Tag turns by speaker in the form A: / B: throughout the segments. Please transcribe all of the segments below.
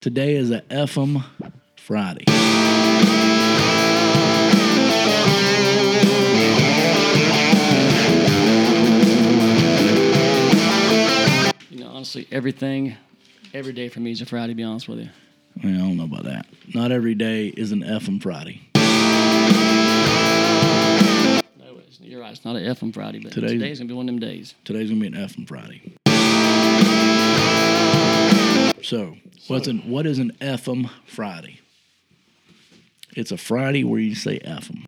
A: Today is a F 'em Friday.
B: You know, honestly, everything, every day for me is a Friday. To be honest with you,
A: I, mean, I don't know about that. Not every day is an F 'em Friday.
B: no, it's, you're right. It's not an F on Friday, but
A: Today's-
B: today's, gonna be one of them days.
A: Today's gonna be an F 'em Friday. So, what's an what is an F 'em Friday? It's a Friday where you say F 'em.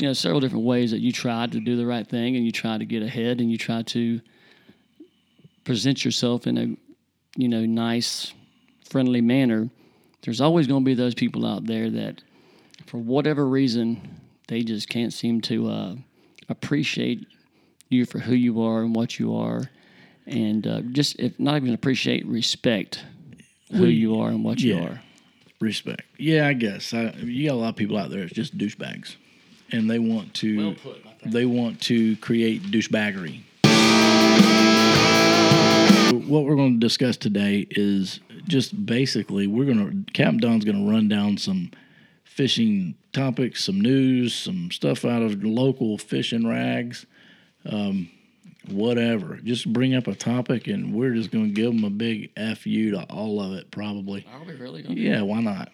B: You know, several different ways that you try to do the right thing, and you try to get ahead, and you try to present yourself in a, you know, nice, friendly manner. There's always gonna be those people out there that, for whatever reason, they just can't seem to uh, appreciate you for who you are and what you are, and uh, just if not even appreciate, respect who you are and what you
A: yeah.
B: are.
A: Respect. Yeah, I guess. I, you got a lot of people out there that's just douchebags, and they want to
B: Well put, my friend.
A: they want to create douchebaggery. What we're going to discuss today is just basically we're going to Captain Don's going to run down some fishing topics, some news, some stuff out of local fishing rags, um, whatever. Just bring up a topic, and we're just going to give them a big f you to all of it, probably.
B: Are we really gonna?
A: Yeah, why not?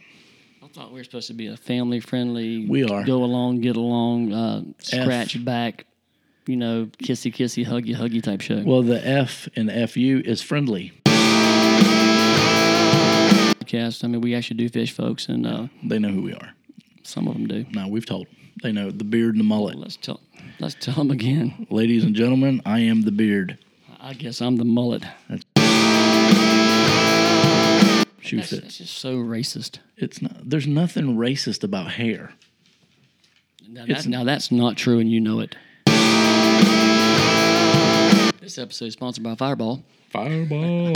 B: I thought we were supposed to be a family friendly.
A: We are.
B: Go along, get along, uh, scratch back, you know, kissy kissy, huggy huggy type show.
A: Well, the F in FU is friendly.
B: Podcast. I mean, we actually do fish, folks, and uh,
A: They know who we are.
B: some of them do.
A: Now we've told. They know the beard and the mullet.
B: Let's tell. Let's tell them again.
A: Ladies and gentlemen, I am the beard.
B: I guess I'm the mullet.
A: Shoe
B: That's,
A: fits.
B: that's just so racist.
A: It's not. There's nothing racist about hair.
B: Now,
A: It's-
B: that, now that's not true, and you know it. This episode is sponsored by Fireball.
A: Fireball.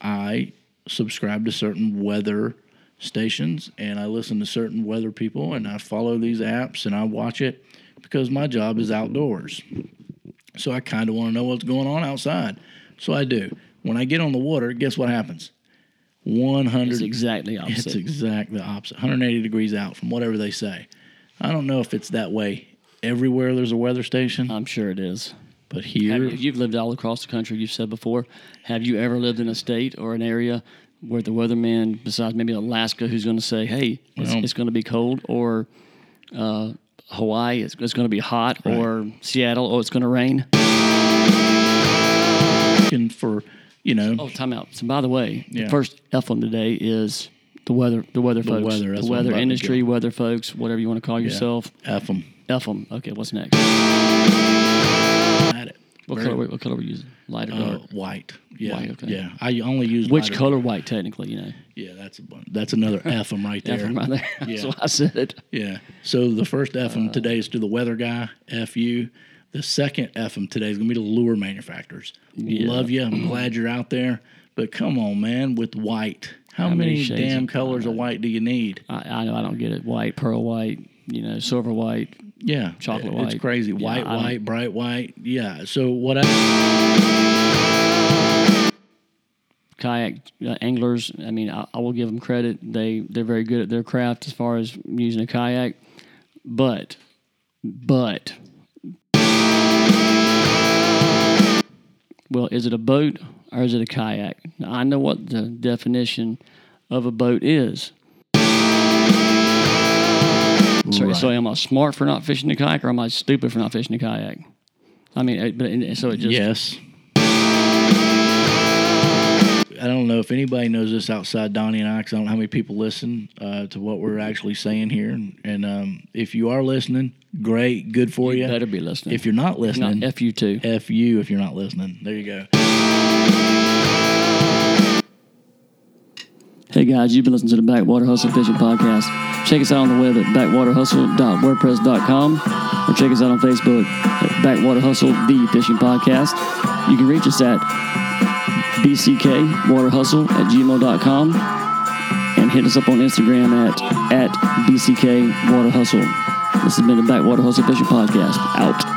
A: I subscribe to certain weather stations and I listen to certain weather people and I follow these apps and I watch it because my job is outdoors. So I kind of want to know what's going on outside. So I do. When I get on the water, guess what happens? 100
B: It's exactly opposite.
A: It's exact the opposite. 180 degrees out from whatever they say. I don't know if it's that way everywhere there's a weather station,
B: I'm sure it is.
A: but
B: Uh, Have
A: here
B: you, you've lived all across the country. You've said before. Have you ever lived in a state or an area where the weatherman, besides maybe Alaska, who's going to say, "Hey, it's,
A: Well-
B: it's going to be cold," or uh, Hawaii, it's, it's going to be hot, or Seattle, oh, it's going to rain.
A: looking for, you know,
B: Oh, time out. So, by the way,
A: Yeah.
B: the first F on today is the weather. The weather folks.
A: weather, that's
B: the
A: what I'm
B: weather
A: about to
B: industry.
A: get.
B: Weather folks. Whatever you want to call yourself.
A: F them.
B: F them. Okay, what's next?
A: At it.
B: What
A: Very-
B: color? What color we using? Light or
A: Uh,
B: dark?
A: white. Yeah.
B: White, okay.
A: Yeah. I only use
B: Which
A: lighter-
B: color? White, technically. You know.
A: Yeah, that's a bun. That's another F 'em right there.
B: F 'em right there. That's
A: Yeah.
B: why I said it.
A: Yeah. So the first F
B: Uh.
A: 'em today is to the weather guy. F you. The second F 'em today is gonna be to lure manufacturers. Love you. I'm glad you're out there. But come on, man, with white. How,
B: many
A: many,
B: shades
A: damn
B: of Uh,
A: colors of white do you need?
B: I, I know I don't get it. White, pearl white, you know, silver white.
A: Yeah,
B: Chocolate
A: It's
B: white.
A: crazy.
B: Yeah,
A: White,
B: I don't-
A: white, bright white. Yeah. So what I
B: Kayak uh, anglers, I mean, I, I will give them credit. They they're very good at their craft as far as using a kayak, but but well, is it a boat or is it a kayak? Now, I know what the definition of a boat is. So, so am I smart for not fishing a kayak or am I stupid for not fishing a kayak? I mean, it- but it- so it just
A: yes. I don't know if anybody knows this outside Donnie and I, 'cause I don't know how many people listen uh, to what we're actually saying here. And um, if you are listening, great, good for you.
B: better be listening.
A: If you're not
B: not
A: listening,
B: F you too.
A: F you if you're not listening. There you go.
B: Hey guys, you've been listening to the Backwater Hustle Fishing Podcast. Check us out on the web at backwaterhustle.wordpress.com or check us out on Facebook at Backwater Hustle The Fishing Podcast. You can reach us at bckwaterhustle at gmail.com and hit us up on Instagram at, at bckwaterhustle. This has been the Backwater Hustle Fishing Podcast. Out.